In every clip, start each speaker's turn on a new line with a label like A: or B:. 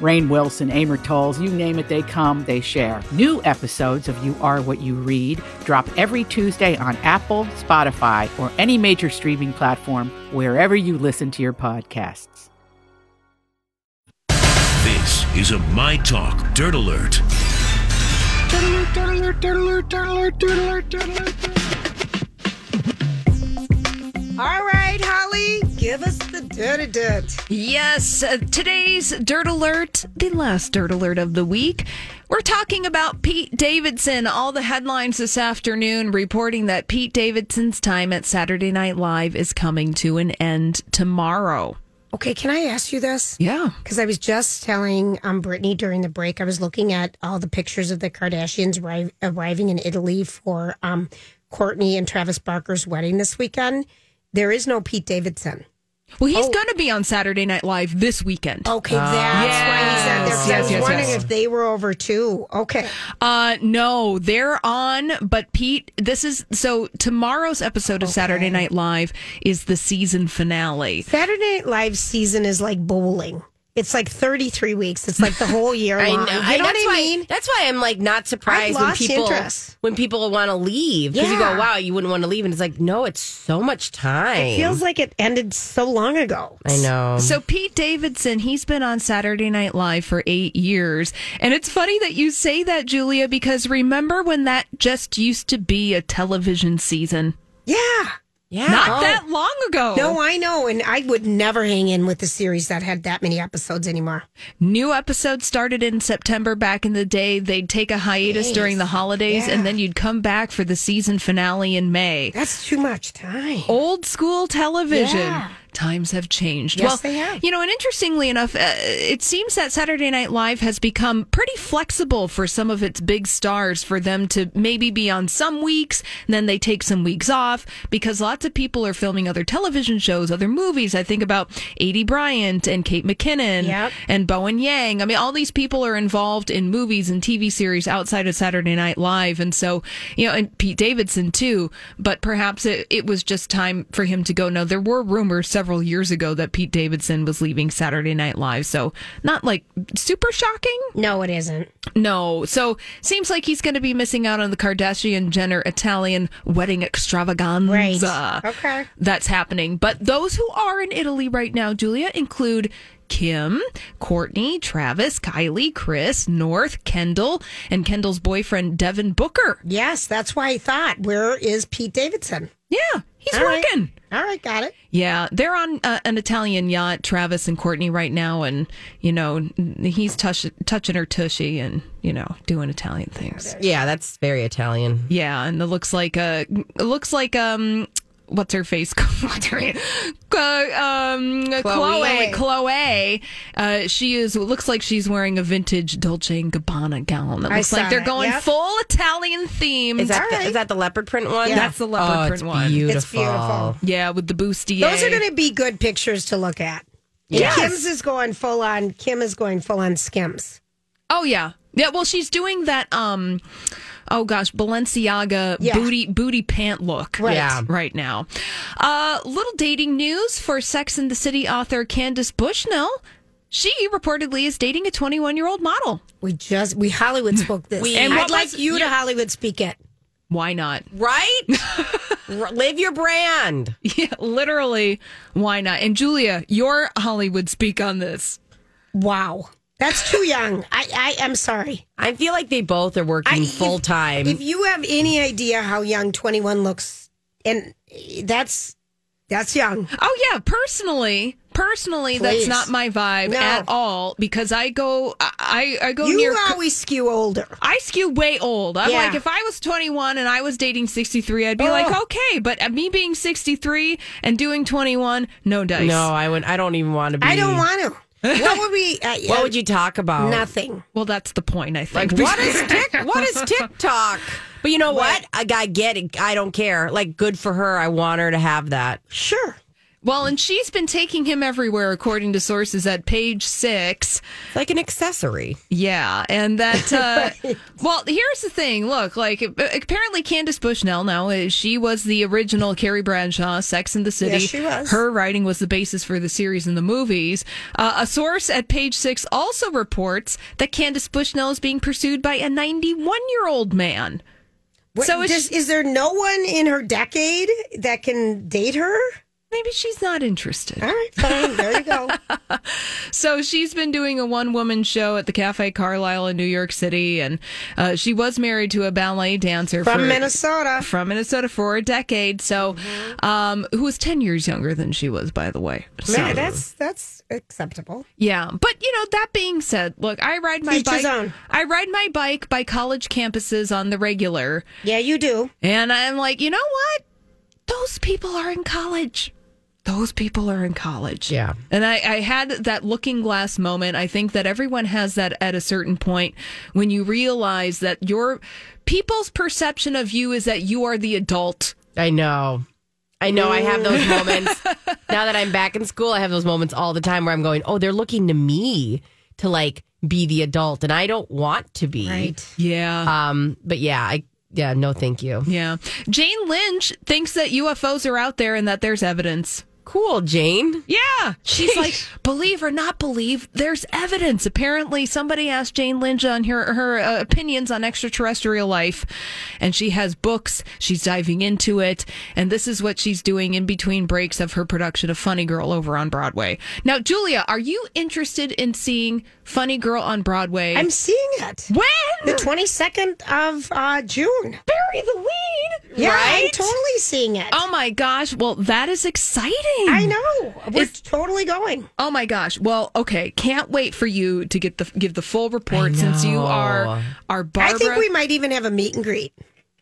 A: Rain Wilson, Amor Tolls, you name it, they come, they share. New episodes of You Are What You Read drop every Tuesday on Apple, Spotify, or any major streaming platform wherever you listen to your podcasts.
B: This is a My Talk Dirt Alert.
C: All right, Holly, give us the dirty dirt.
D: Yes, uh, today's Dirt Alert, the last Dirt Alert of the week. We're talking about Pete Davidson. All the headlines this afternoon reporting that Pete Davidson's time at Saturday Night Live is coming to an end tomorrow.
C: Okay, can I ask you this?
D: Yeah.
C: Because I was just telling um, Brittany during the break, I was looking at all the pictures of the Kardashians arri- arriving in Italy for um, Courtney and Travis Barker's wedding this weekend. There is no Pete Davidson.
D: Well,
C: Oh.
D: he's going to be on Saturday Night Live this weekend.
C: Okay, that's why he's not there. 'cause I
D: Yes,
C: was
D: yes,
C: wondering
D: yes.
C: if they were over too. Okay.
D: Uh, no, they're on, but Pete, this is so tomorrow's episode of Saturday Night Live is the season finale.
C: Saturday Night Live season is like bowling. It's like 33 weeks. It's like the whole year
E: I know.
C: long.
E: I-
C: You know what
E: that's
C: I
E: why,
C: mean?
E: That's why I'm like not
C: I've
E: surprised when
C: lost
E: people
C: interest.
E: when people want to leave because you
C: Yeah.
E: go, wow, you wouldn't want to leave, and it's like, no, it's so much time.
C: It feels like it ended so long ago.
E: I know.
D: So Pete Davidson, he's been on Saturday Night Live for eight years, and it's funny that you say that, Julia, because remember when that just used to be a television season
C: Yeah.
E: yeah.
D: not
E: Oh,
D: that long ago.
C: No, I know, and I would never hang in with a series that had that many episodes anymore.
D: New episodes started in September back in the day. They'd take a hiatus during the holidays, and then you'd come back for the season finale in May.
C: That's too much time.
E: Oh.
D: old school television.
C: Yeah.
D: Times have changed.
C: Yes,
D: well,
C: they have.
D: you know, and interestingly enough, uh, it seems that Saturday Night Live has become pretty flexible for some of its big stars for them to maybe be on some weeks, and then they take some weeks off because lots of people are filming other television shows, other movies. I think about A.D. Bryant and Kate McKinnon
C: Yep.
D: and Bowen Yang. I mean, all these people are involved in movies and TV series outside of Saturday Night Live. And so, you know, and Pete Davidson too. But perhaps it, it was just time for him to go. No, there were rumors several years ago that Pete Davidson was leaving Saturday Night Live. So, not like super shocking.
C: No, it isn't.
D: No. So, seems like he's going to be missing out on the Kardashian Jenner Italian wedding extravaganza.
C: Right. Okay.
D: That's happening. But those who are in Italy right now, Julia, include Kim, Courtney, Travis, Kylie, Chris, North, Kendall, and Kendall's boyfriend, Devin Booker.
C: Yes, that's why I thought, where is Pete Davidson?
D: Yeah, he's
C: All right.
D: working.
C: All right, got it.
D: Yeah, they're on uh, an Italian yacht, Travis and Courtney, right now, and you know he's tush- touching her tushy and you know doing Italian things.
E: Yeah, that's very Italian.
D: Yeah, and it looks like uh it looks like um what's her face what's her name? Uh, um Chloe Chloe, Uh, she is it looks like she's wearing a vintage Dolce and Gabbana gown. It
C: I
D: looks
C: saw
D: like they're
C: it,
D: going
C: yep.
D: full Italian themed.
E: Is that,
C: All
E: the,
C: right.
E: is that the leopard print one?
C: Yeah. That's
D: the leopard
E: oh,
D: print
E: it's
D: one. It's
E: Beautiful.
C: beautiful.
D: yeah, with the bustier.
C: Those are going to be good pictures to look at. And
E: Yes.
C: Kim's is going full on. Kim is going full on skims.
D: Oh yeah. Yeah, well she's doing that um oh gosh, Balenciaga
C: Yeah.
D: booty booty pant look.
C: Right.
E: Yeah.
D: Right now. Uh little dating news for Sex and the City author Candace Bushnell. She reportedly is dating a 21 year old model.
C: We just we Hollywood spoke this.
E: We-
C: and
E: And
C: I'd
E: what
C: like
E: was-
C: you to
E: you-
C: Hollywood speak it.
D: Why not?
E: Right? R- Live your brand.
D: Yeah, literally, why not? And Julia, your Hollywood speak on this.
C: Wow, that's too young. I I am sorry.
E: I feel like they both are
C: I-
E: working
C: if-
E: full time.
C: If you have any idea how young 21 looks, and that's that's young.
D: Oh yeah, personally, Personally,
C: Please.
D: that's not my vibe
C: No.
D: at all because I go, I, I
E: Oh,
D: go
C: You
D: near.
C: always skew older.
D: I skew way old. I'm
C: Yeah.
D: like, if I was 21 and I was dating 63, I'd be like,
E: Oh.
D: okay. But uh, me being 63 and doing 21, no dice.
E: No, I would. I don't even want to be.
C: I don't want to. What would we? Uh,
E: What would you talk about?
C: Nothing.
D: Well, that's the point, I think.
E: Like what is Tik? What is TikTok? But you know what? I, I get it. I don't care. Like good for her. I want her to have that.
C: Sure.
D: well, and she's been taking him everywhere, according to sources at page six.
E: It's like an accessory.
D: Yeah, and that. Uh, well, here's the thing. Look, like apparently Candace Bushnell now uh, she was the original Carrie Bradshaw, Sex in the City.
C: Yes, she was.
D: Her writing was the basis for the series and the movies. Uh, a source at Page Six also reports that Candace Bushnell is being pursued by a 91 year old man.
C: What,
D: So
C: so
D: is
C: is,
D: she-
C: is there no one in her decade that can date her?
D: Maybe she's not interested.
C: All right, fine. There you go.
D: So she's been doing a one woman show at the Cafe Carlisle in New York City, and uh, she was married to a ballet dancer for-
C: From Minnesota.
D: from Minnesota for a decade. So, um, who was 10 years younger than she was, by the way. So,
C: Man, that's that's acceptable.
D: yeah. But, you know, that being said, look, I ride my
C: Each his
D: bike.
C: own.
D: I ride my bike by college campuses on the regular.
C: Yeah, you do.
D: And I'm like, you know what? Those people are in college. Those people are in college.
E: Yeah.
D: And I, I had that looking glass moment. I think that everyone has that at a certain point when you realize that your people's perception of you is that you are the adult.
E: I know. I know. I have those moments. now that I'm back in school, I have those moments all the time where I'm going, oh, they're looking to me to like be the adult, and I don't want to be.
D: Yeah.
E: Um. But yeah. I. Yeah. No. Thank you.
D: Yeah. Jane Lynch thinks that UFOs are out there and that there's evidence.
E: Cool, Jane.
D: Yeah. She's like, believe or not believe, there's evidence. Apparently, somebody asked Jane Lynch on her, her uh, opinions on extraterrestrial life, and she has books. She's diving into it. And this is what she's doing in between breaks of her production of Funny Girl over on Broadway. Now, Julia, are you interested in seeing Funny Girl on Broadway?
C: I'm seeing it.
D: when?
C: The 22nd of uh, June.
D: Bury the lead.
C: Yeah, I'm
D: right?
C: totally seeing it.
D: Oh my gosh. Well, that is exciting.
C: I know. We're
D: It's-
C: totally going.
D: Oh my gosh! Well, okay, can't wait for you to get the give the full report since you are are Barbara
C: I think we might even have a meet and greet.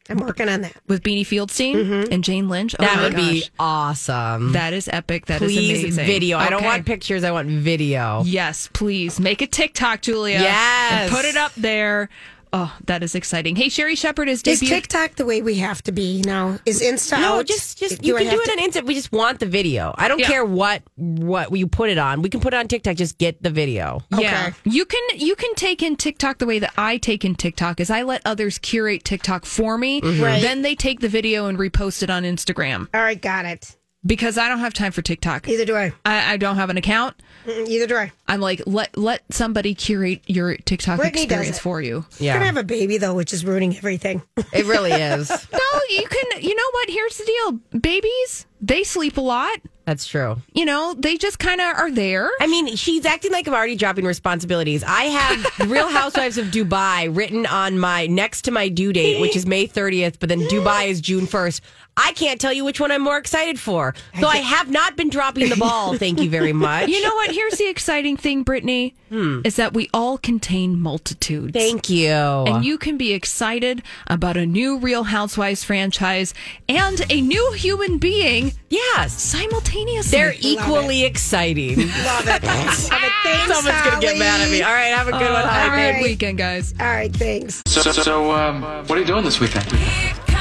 C: I'm working on that.
D: with Beanie Fieldstein
C: Mm-hmm.
D: and Jane Lynch. Oh
E: That
D: my
E: would be
D: gosh.
E: awesome.
D: that is epic. That is
E: please
D: amazing.
E: video. I don't
D: Okay.
E: want pictures. I want video.
D: Yes, please make a TikTok, Julia.
E: Yes.
D: and put it up there. Oh, that is exciting. Hey, Sherry Shepard is
C: Is
D: debuting.
C: TikTok the way we have to be now? Is Insta
E: No,
C: out?
E: just just you
C: I
E: can do
C: have
E: it
C: to-
E: on Insta. We just want the video. I don't
D: Yeah.
E: care what what you put it on. We can put it on TikTok. Just get the video.
D: Yeah,
C: Okay.
D: you can you can take in TikTok the way that I take in TikTok is I let others curate TikTok for me.
C: Right.
D: Then they take the video and repost it on Instagram
C: All right, got it.
D: because I don't have time for TikTok.
C: Either do I.
D: I, I don't have an account.
C: Mm, Either do I.
D: I'm like, let let somebody curate your TikTok
C: Brittany does
D: experience
C: it.
D: for you.
C: We're gonna have a baby though, which is ruining everything.
E: it really is.
D: No, you can. You know what? Here's the deal. Babies, they sleep a lot.
E: That's true.
D: You know, they just kind of are there.
E: I mean, she's acting like I'm already dropping responsibilities. I have Real Housewives of Dubai written on my next to my due date, which is May 30th, but then Dubai is June 1st. I can't tell you which one I'm more excited for. So I have not been dropping the ball. Thank you very much.
D: You know what? Here's the exciting thing, Brittany, is that we all contain multitudes.
E: Thank you.
D: and you can be excited about a new Real Housewives franchise and a new human being
E: yes.
D: simultaneously.
E: They're equally exciting.
C: Love it. Love it. Thanks,
E: Someone's gonna get
C: Holly.
E: mad at me. All right, have a good one.
D: Have a
E: Holly.
D: good
C: right.
D: weekend, guys.
C: All right, thanks.
F: So, so, so um, what are you doing this weekend?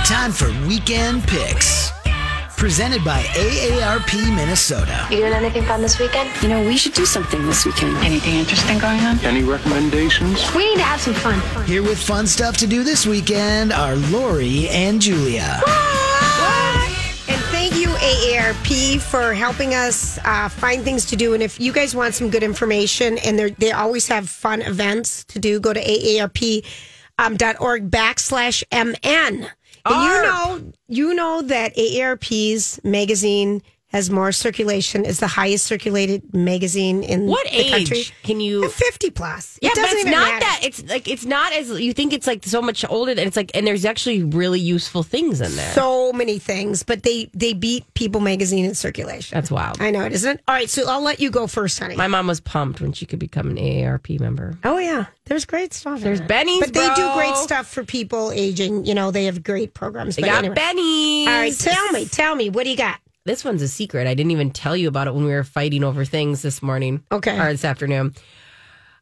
G: Time for Weekend Picks. Presented by AARP Minnesota.
H: You doing anything fun this weekend?
I: You know, we should do something this weekend. Anything interesting going on?
F: Any recommendations?
H: We need to have some fun.
G: Here with fun stuff to do this weekend are Lori and Julia.
C: And thank you, AARP, for helping us uh, find things to do. And if you guys want some good information, and they're- they always have fun events to do, go to AARP.org um, dot org backslash MN. And you know, you know that AARP's magazine has more circulation, is the highest circulated magazine in
E: What
C: the
E: age
C: country.
E: can you?
C: 50 plus. It
E: Yeah, but
C: doesn't
E: it's
C: even
E: not
C: matter.
E: that. It's like it's not as you think. It's like so much older, and it's like and there's actually really useful things in there.
C: so many things, but they they beat People Magazine in circulation.
E: That's wild.
C: I know it isn't. it? All right, so I'll let you go first, honey.
E: My mom was pumped when she could become an AARP member.
C: oh yeah, there's great stuff. in
E: There's
C: it.
E: Benny's,
C: but they do
E: bro.
C: great stuff for people aging. You know, they have great programs.
E: They
C: but
E: got
C: anyway.
E: Benny.
C: All right, tell me, tell me, what do you got?
E: This one's a secret. I didn't even tell you about it when we were fighting over things this morning.
C: Okay.
E: Or this afternoon.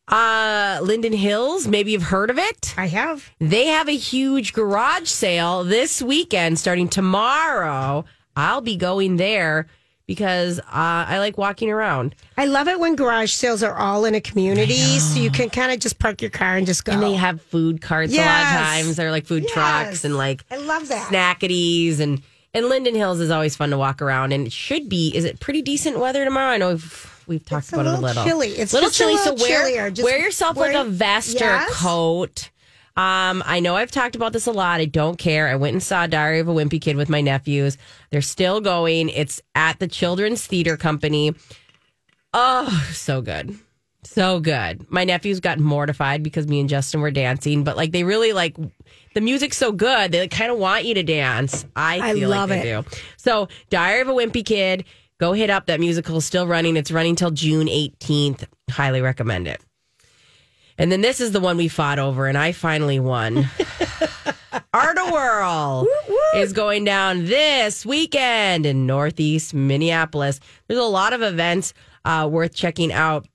E: Uh Linden Hills, maybe you've heard of it.
C: I have.
E: They have a huge garage sale this weekend starting tomorrow. I'll be going there because uh, I like walking around.
C: I love it when garage sales are all in a community, so you can kind of just park your car and just go.
E: And they have food carts a lot of
C: Yes.
E: times. They're like food
C: Yes.
E: trucks and like
C: I love that.
E: snackities and and Linden Hills is always fun to walk around and it should be is it pretty decent weather tomorrow? I know we've we've talked
C: It's a
E: about it a
C: little
E: little
C: chilly. It's
E: little
C: just a
E: chilly. so
C: little
E: wear
C: chillier. Just
E: wear yourself
C: wear-
E: like a vest or
C: Yes.
E: a coat. Um, I know I've talked about this a lot. I don't care. I went and saw Diary of a Wimpy Kid with my nephews. They're still going. It's at the Children's Theater Company. Oh, so good. So good. My nephews got mortified because me and Justin were dancing, but like they really like the music's so good, they like, kind of want you to dance. I
C: I
E: feel
C: love
E: like they do. So, Diary of a Wimpy Kid, go hit up that musical. is Still running. It's running till June 18th. Highly recommend it. And then this is the one we fought over, and I finally won. Artaworld is going down this weekend in Northeast Minneapolis. There's a lot of events uh, worth checking out.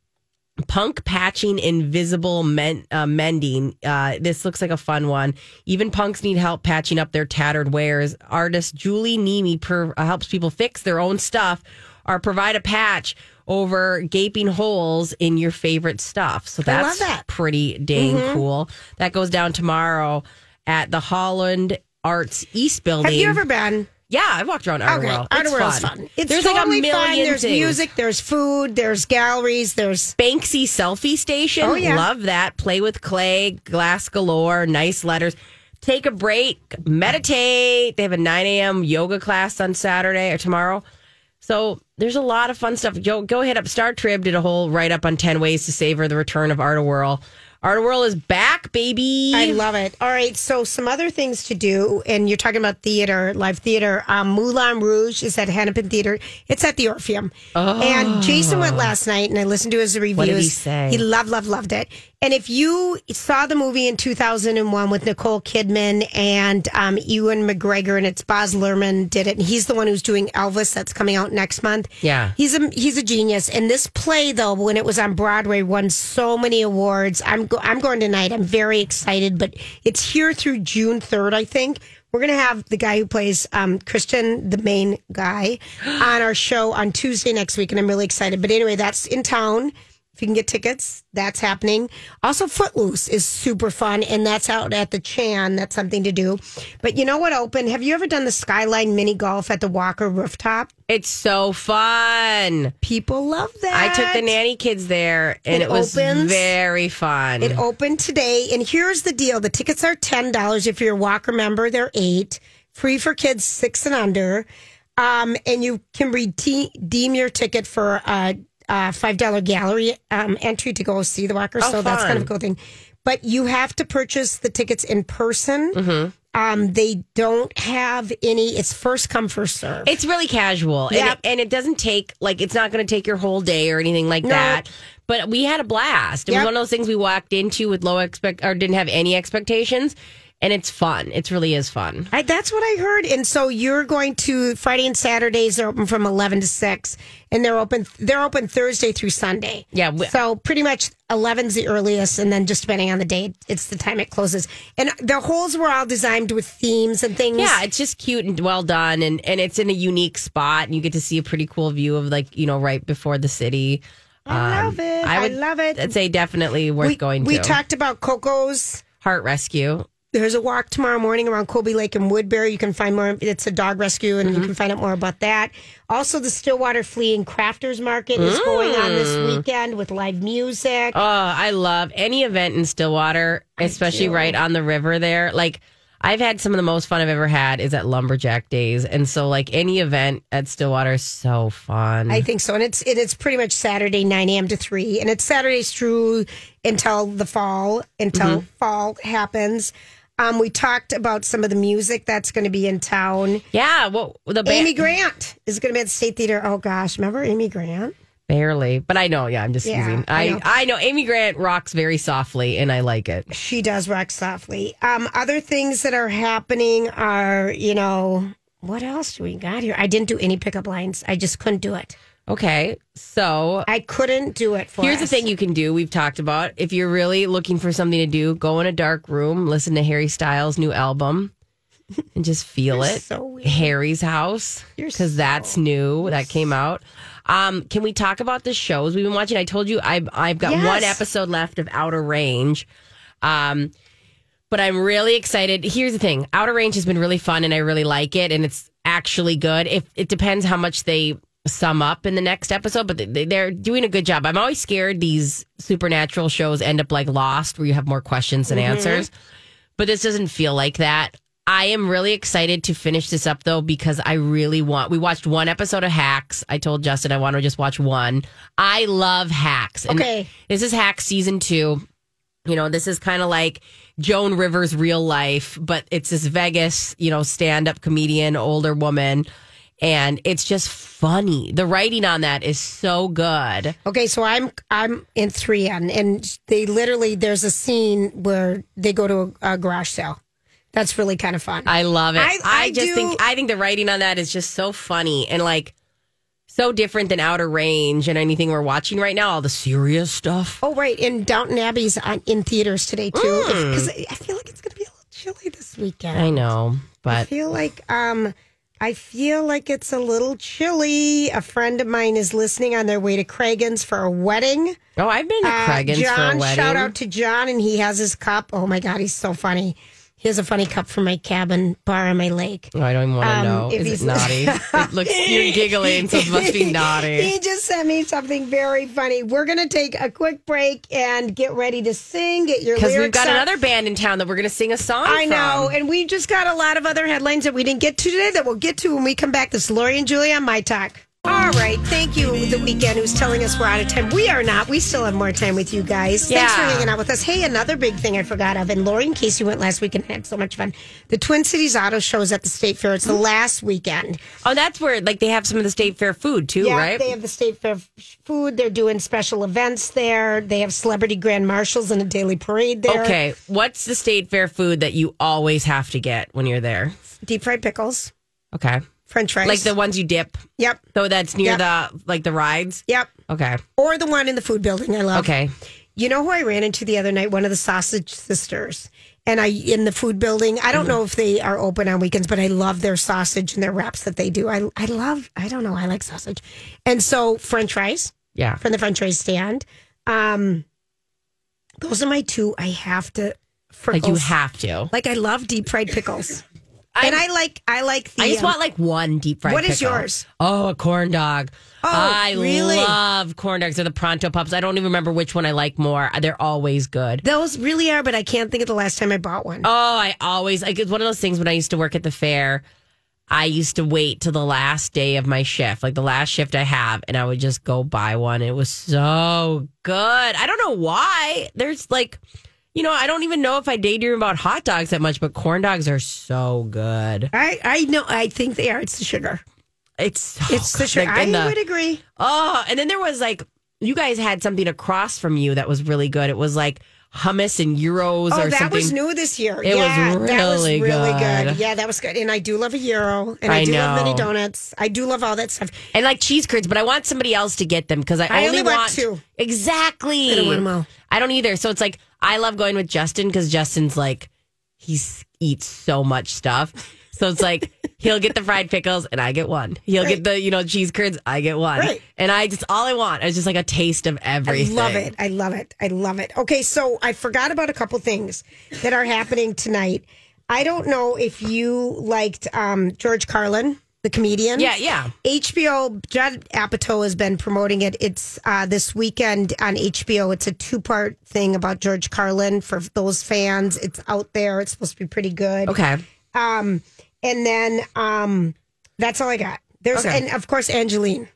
E: Punk patching, invisible men, uh, mending. Uh, this looks like a fun one. Even punks need help patching up their tattered wares. Artist Julie Nemi per, uh, helps people fix their own stuff or provide a patch over gaping holes in your favorite stuff. So
C: love
E: that's
C: that.
E: pretty dang
C: Mm-hmm.
E: cool. That goes down tomorrow at the Holland Arts East Building.
C: Have you ever been?
E: Yeah, I walked around Outer
C: Okay,
E: World.
C: Outer
E: It's
C: World's
E: fun.
C: fun. It's
E: there's
C: totally
E: like a million
C: fun. There's
E: things.
C: music. There's food. There's galleries. There's
E: Banksy selfie station.
C: Oh, yeah.
E: Love that. Play with clay, glass galore, nice letters. Take a break, meditate. They have a 9 a.m. yoga class on Saturday or tomorrow. So there's a lot of fun stuff. Go, go hit up Star Trib, did a whole write up on 10 ways to savor the return of Art of Whirl. Art of Whirl is back, baby.
C: I love it. All right, so some other things to do, and you're talking about theater, live theater. Um, Moulin Rouge is at Hennepin Theater. It's at the Orpheum. And Jason went last night, and I listened to his reviews.
E: Oh. did he say?
C: He loved, loved, loved it. And if you saw the movie in 2001 with Nicole Kidman and um, Ewan McGregor, and it's Boz Luhrmann did it, and he's the one who's doing Elvis. That's coming out next month.
E: Yeah.
C: He's a he's a genius. And this play though, when it was on Broadway, won so many awards. I'm go, I'm going tonight. I'm very excited, but it's here through June third, I think. We're gonna have the guy who plays um, Christian, the main guy, on our show on Tuesday next week, and I'm really excited. But anyway, that's in town. If you can get tickets, that's happening. Also, Footloose is super fun, and that's out at the Chan. That's something to do. But you know what? Open. Have you ever done the Skyline mini golf at the Walker rooftop?
E: It's so fun.
C: People love
E: I
C: that.
E: took the nanny kids there
C: It
E: and it, was
C: opens.
E: very fun.
C: It opened today, and here's the deal: the tickets are ten dollars if you're a Walker member. They're eight, free for kids six and under, um, and you can redeem deem your ticket for a, a five dollar gallery um, entry to go see the Walker. so that's kind of a
E: Oh, fun.
C: cool thing. But you have to purchase the tickets in person.
E: Mm-hmm.
C: Um, they don't have any. It's first come first serve.
E: It's really casual.
C: Yep.
E: And, it, and it doesn't take, like, it's not going to take your whole day or anything like
C: No.
E: that. But we had a blast. It
C: Yep.
E: was one of those things we walked into with low expect or didn't have any expectations. And it's fun. It really is fun.
C: I, that's what I heard. And so you're going to Friday and Saturdays are open from eleven to six, and they're open. They're open Thursday through Sunday.
E: Yeah, we-
C: so pretty much eleven's the earliest, and then just depending on the day, it's the time it closes. And the holes were all designed with themes and things.
E: Yeah, it's just cute and well done. And, and it's in a unique spot. And you get to see a pretty cool view of, like, you know, right before the city.
C: I
E: Um,
C: love it. I,
E: would
C: love it.
E: I'd say definitely worth
C: we,
E: going
C: We
E: to.
C: talked about Coco's.
E: Heart Rescue.
C: there's a walk tomorrow morning around Colby Lake and Woodbury. You can find more. It's a dog rescue, and you can find out more about that. Also, the Stillwater Flea and Crafters Market is going on this weekend with live music.
E: Oh, I love any event in Stillwater, especially right on the river there. Like I've had some of the most fun I've ever had is at Lumberjack Days. And so, like, any event at Stillwater is so fun.
C: I think so, and it's it, it's pretty much Saturday nine a.m. to three, and it's Saturdays through until the fall until fall happens. Um, we talked about some of the music that's going to be in town.
E: yeah. Well, the ba-
C: Amy Grant is going to be at the State Theater. Oh gosh, remember Amy Grant?
E: barely, but I know. Yeah, I'm just
C: Yeah,
E: teasing.
C: I
E: I,
C: know.
E: I know Amy Grant rocks very softly, and I like it.
C: She does rock softly. Um, other things that are happening are you know what else do we got here? I didn't do any pickup lines. I just couldn't do it.
E: Okay, so
C: I couldn't do it for.
E: Here's the
C: us.
E: thing you can do. We've talked about if you're really looking for something to do, go in a dark room, listen to Harry Styles' new album, and just feel it.
C: so weird.
E: Harry's house, because that's new that came out. Um, can we talk about the shows we've been watching? I told you I've I've got one
C: Yes.
E: episode left of Outer Range. Um, but I'm really excited. Here's the thing: Outer Range has been really fun, and I really like it, and it's actually good. If it depends how much they sum up in the next episode, but they- they're doing a good job. I'm always scared these supernatural shows end up like Lost, where you have more questions than answers. But this doesn't feel like that. I am really excited to finish this up though because I really want. We watched one episode of Hacks. I told Justin I want to just watch one. I love Hacks. And
C: Okay.
E: this is Hacks season two. You know, this is kind of like Joan Rivers' real life, but it's this Vegas, you know, stand up comedian, older woman. And it's just funny. The writing on that is so good.
C: Okay, so I'm I'm in three N, and they literally there's a scene where they go to a, a garage sale. That's really kind of fun.
E: I love it.
C: I-
E: I,
C: I
E: just
C: do-
E: think I think the writing on that is just so funny and like so different than Outer Range and anything we're watching right now. All the serious stuff.
C: oh right, and Downton Abbey's on, in theaters today too.
E: Mm.
C: Because I feel like it's going to be a little chilly this weekend.
E: I know,
C: I
E: but
C: feel like um, I feel like it's a little chilly. A friend of mine is listening on their way to Craigan's for a wedding.
E: oh, I've been to
C: Uh,
E: Craigan's
C: John,
E: for a wedding.
C: shout out to John, and he has his cup. Oh my God, he's so funny. He has a funny cup for my cabin bar on my lake.
E: Oh, I don't even want to
C: Um,
E: know.
C: if he's-
E: Is it naughty? it looks you're giggling, so it must be naughty.
C: He just sent me something very funny. We're going to take a quick break and get ready to sing. Get your
E: Because
C: lyrics
E: we've got
C: up.
E: another band in town that we're going to sing a song.
C: I know,
E: from.
C: and we just got a lot of other headlines that we didn't get to today that we'll get to when we come back. This is Lori and Julia on My Talk. All right, thank you, The Weekend, who's telling us we're out of time. We are not. We still have more time with you guys. Thanks for
E: Yeah.
C: hanging out with us. Hey, another big thing I forgot of, and Lori, in case you went last weekend, had so much fun. The Twin Cities Auto Show is at the State Fair. It's the last weekend.
E: Oh, that's where like they have some of the state fair food too,
C: Yeah,
E: right?
C: they have the state fair f- food. They're doing special events there. They have celebrity grand marshals and a daily parade there.
E: okay, what's the state fair food that you always have to get when you're there?
C: deep fried pickles,
E: Okay,
C: French fries.
E: like the ones you dip.
C: yep,
E: So that's near
C: Yep.
E: the like the rides.
C: yep,
E: Okay.
C: or the one in the food building. I love.
E: Okay.
C: You know who I ran into the other night? One of the sausage sisters. And I in the food building. I
E: Mm.
C: don't know if they are open on weekends, but I love their sausage and their wraps that they do. I I love. I don't know. I like sausage, and so French fries
E: Yeah.
C: from the French fries stand. Um, those are my two. I have to. For
E: Like you have to.
C: Like I love deep fried pickles, and I like I like the.
E: I just
C: um,
E: want like one deep fried.
C: What is
E: pickle.
C: yours?
E: Oh, a corn dog.
C: Oh,
E: I
C: really?
E: love corn dogs or the pronto pups. I don't even remember which one I like more. They're always good.
C: those really are, but I can't think of the last time I bought one.
E: Oh, I always like it's one of those things when I used to work at the fair. I used to wait till the last day of my shift, like the last shift I have, and I would just go buy one. It was so good. I don't know why. There's like, you know, I don't even know if I daydream about hot dogs that much, but corn dogs are so good.
C: I I know. I think they are. It's the sugar.
E: It's so
C: It's the
E: good.
C: sugar.
E: Like,
C: I
E: and the-
C: would agree.
E: Oh, and then there was like you guys had something across from you that was really good. It was like hummus and euros
C: Oh,
E: or
C: that
E: something.
C: was new this year.
E: It was
C: yeah, that was
E: really
C: really good.
E: good.
C: Yeah, that was good. And I do love a euro, and I,
E: I
C: do love mini
E: know.
C: donuts. I do love all that stuff.
E: And like cheese curds, but I want somebody else to get them because I,
C: I only want
E: want
C: two.
E: Exactly.
C: I don't want 'em all.
E: I don't either. So it's like I love going with Justin because Justin's like he s- eats so much stuff. So it's like he'll get the fried pickles and I get one. He'll get the you know cheese curds, I get one.
C: Right.
E: And I just all I want is just like a taste of everything.
C: I love it. I love it. I love it. Okay, so I forgot about a couple things that are happening tonight. I don't know if you liked um, George Carlin. the comedian.
E: Yeah, yeah.
C: HBO Judd Apatow has been promoting it. It's uh, this weekend on HBO. It's a two part thing about George Carlin for those fans. It's out there. It's supposed to be pretty good.
E: Okay.
C: Um, and then um, that's all I got. There's
E: Okay.
C: and of course Angeline,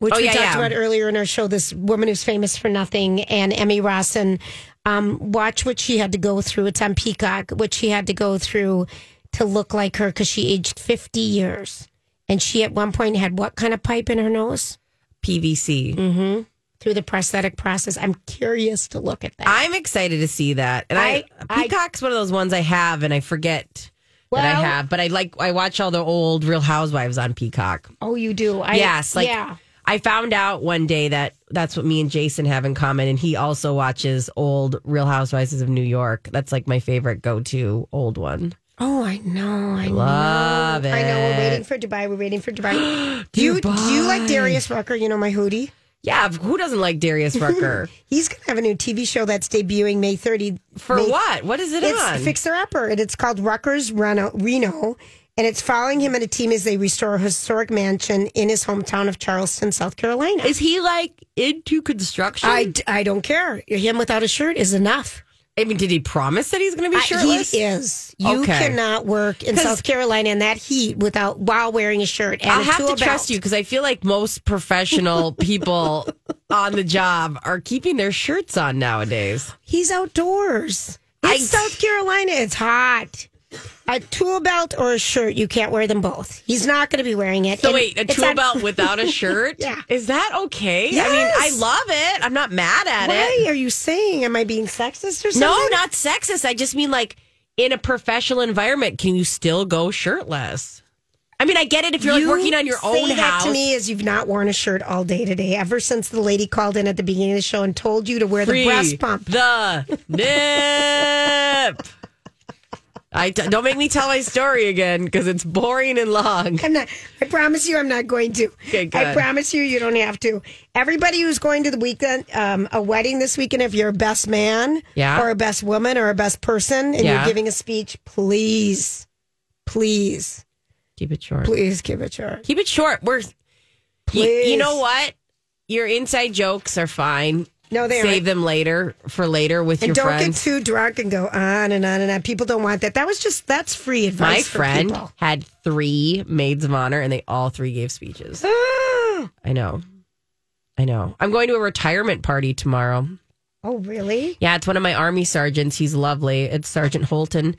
C: which
E: Oh,
C: we
E: yeah,
C: talked
E: yeah.
C: about earlier in our show. This woman who's famous for nothing and Emmy Rossum. Um, watch what she had to go through. It's on Peacock. What she had to go through to look like her because she aged fifty years, and she at one point had what kind of pipe in her nose
E: PVC.
C: through the prosthetic process. I'm curious to look at that.
E: I'm excited to see that. And I,
C: I- I-
E: Peacock's one of those ones I have and I forget that I
C: Well-
E: have, but I like I watch all the old Real Housewives on Peacock.
C: oh, you do. I,
E: yes, like
C: yeah.
E: I found out one day that that's what me and Jason have in common and he also watches old Real Housewives of New York. That's like my favorite go-to old one.
C: Oh, I know. I
E: Love
C: know. I know. We're
E: it.
C: waiting for Dubai. We're waiting for Dubai. do you do you like
E: Dubai.
C: Darius Rucker? You know my hoodie.
E: Yeah, who doesn't like Darius Rucker?
C: He's gonna have a new TV show that's debuting May thirty.
E: For
C: May-
E: what? What is it on?
C: It's Fixer Upper, and it's called Rucker's Reno, Reno, and it's following him and a team as they restore a historic mansion in his hometown of Charleston, South Carolina.
E: is he like into construction?
C: I, I don't care. Him without a shirt is enough.
E: I mean, did he promise that he's going to be
C: I-
E: shirtless?
C: he is. You
E: Okay.
C: cannot work in
E: 'Cause-
C: South Carolina in that heat without while wearing a shirt. And
E: I'll
C: a
E: have to
C: tool
E: trust
C: belt.
E: you because I feel like most professional people on the job are keeping their shirts on nowadays.
C: He's outdoors.
E: I-
C: It's South Carolina. It's hot. A tool belt or a shirt, you can't wear them both. He's not going to be wearing it.
E: So
C: And
E: wait, a
C: it's
E: tool
C: on-
E: belt without a shirt?
C: Yeah.
E: Is that okay? I
C: Yes.
E: mean, I love it. I'm not mad at
C: Why
E: it.
C: are you saying? Am I being sexist or something?
E: No, not sexist. I just mean like in a professional environment, can you still go shirtless? I mean, I get it if you're
C: You
E: like working on your
C: say
E: own
C: that
E: house.
C: to me as you've not worn a shirt all day today. Ever since the lady called in at the beginning of the show and told you to wear
E: Free
C: the breast pump.
E: The nip. I t- don't make me tell my story again because it's boring and long.
C: I'm not. I promise you, I'm not going to.
E: Okay, good.
C: I promise you, you don't have to. Everybody who's going to the weekend, um, a wedding this weekend, if you're a best man,
E: Yeah.
C: or a best woman, or a best person, and
E: Yeah.
C: you're giving a speech, please, please,
E: Keep it short.
C: please give it your.
E: Keep it short. We're you,
C: Please.
E: you know what? Your inside jokes are fine.
C: No, they
E: save
C: aren't.
E: them later for later with
C: And
E: your
C: don't
E: friends.
C: get too drunk and go on and on and on. People don't want that. That was just that's free advice.
E: my
C: for
E: friend
C: people.
E: had three maids of honor, and they all three gave speeches. I know, I know. I'm going to a retirement party tomorrow.
C: Oh, really?
E: Yeah, it's one of my army sergeants. He's lovely. It's Sergeant Holton.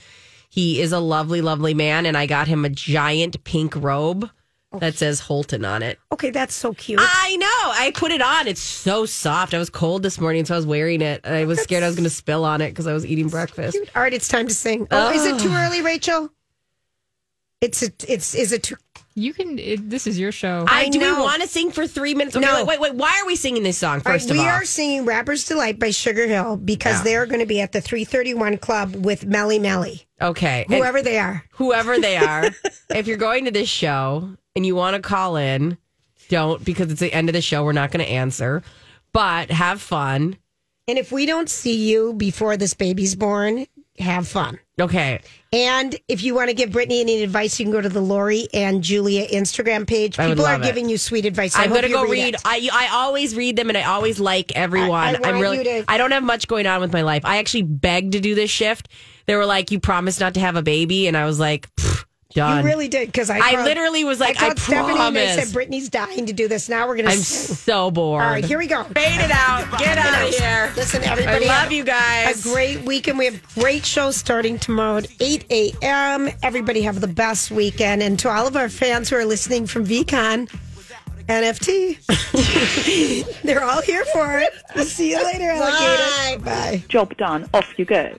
E: He is a lovely, lovely man, and I got him a giant pink robe
C: Oh.
E: that says Holton on it.
C: Okay, that's so cute.
E: I know. I put it on. It's so soft. I was cold this morning, so I was wearing it. and I was scared I was going to spill on it because I was eating breakfast.
C: All right, it's time to sing. Oh, is it too early, Rachel? It's a, it's is it too?
J: You can. It, this is your show.
E: I,
C: I
E: do we
C: know.
E: want to sing for three minutes? Okay,
C: No.
E: Wait, wait, wait. Why are we singing this song
C: All right,
E: first of
C: we
E: all?
C: are singing "Rapper's Delight" by Sugar Hill because they are going to be at the 331 Club with Melly Melly,
E: okay. and
C: whoever they are.
E: whoever they are, if you're going to this show and you want to call in, don't because it's the end of the show. We're not going to answer, but have fun.
C: And if we don't see you before this baby's born, have fun.
E: Okay.
C: And if you want to give Brittany any advice, you can go to the Lori and Julia Instagram page.
E: I would
C: People are
E: love it.
C: giving you sweet advice. I
E: I'm
C: hope
E: gonna
C: you
E: go read.
C: it.
E: I I always read them, and I always like everyone.
C: I- I
E: am
C: want
E: really.
C: you to-
E: I don't have much going on with my life. I actually begged to do this shift. They were like, "You promised not to have a baby," and I was like, "Pff, "Done."
C: You really did because I.
E: I
C: called-
E: literally was like, "I
C: called Stephanie and they
E: promise."
C: said Brittany's dying to do this. Now we're going
E: I'm
C: to.
E: so bored.
C: All right, here we go.
E: Fade it out. Get out of here.
C: Listen,
E: I
C: everybody.
E: love you
C: a
E: guys.
C: great weekend. We have great shows starting tomorrow at 8 a.m. Everybody have the best weekend. And to all of our fans who are listening from VCon, NFT, they're all here for it. We'll see you later, alligators. Bye.
I: Job done. Off you go.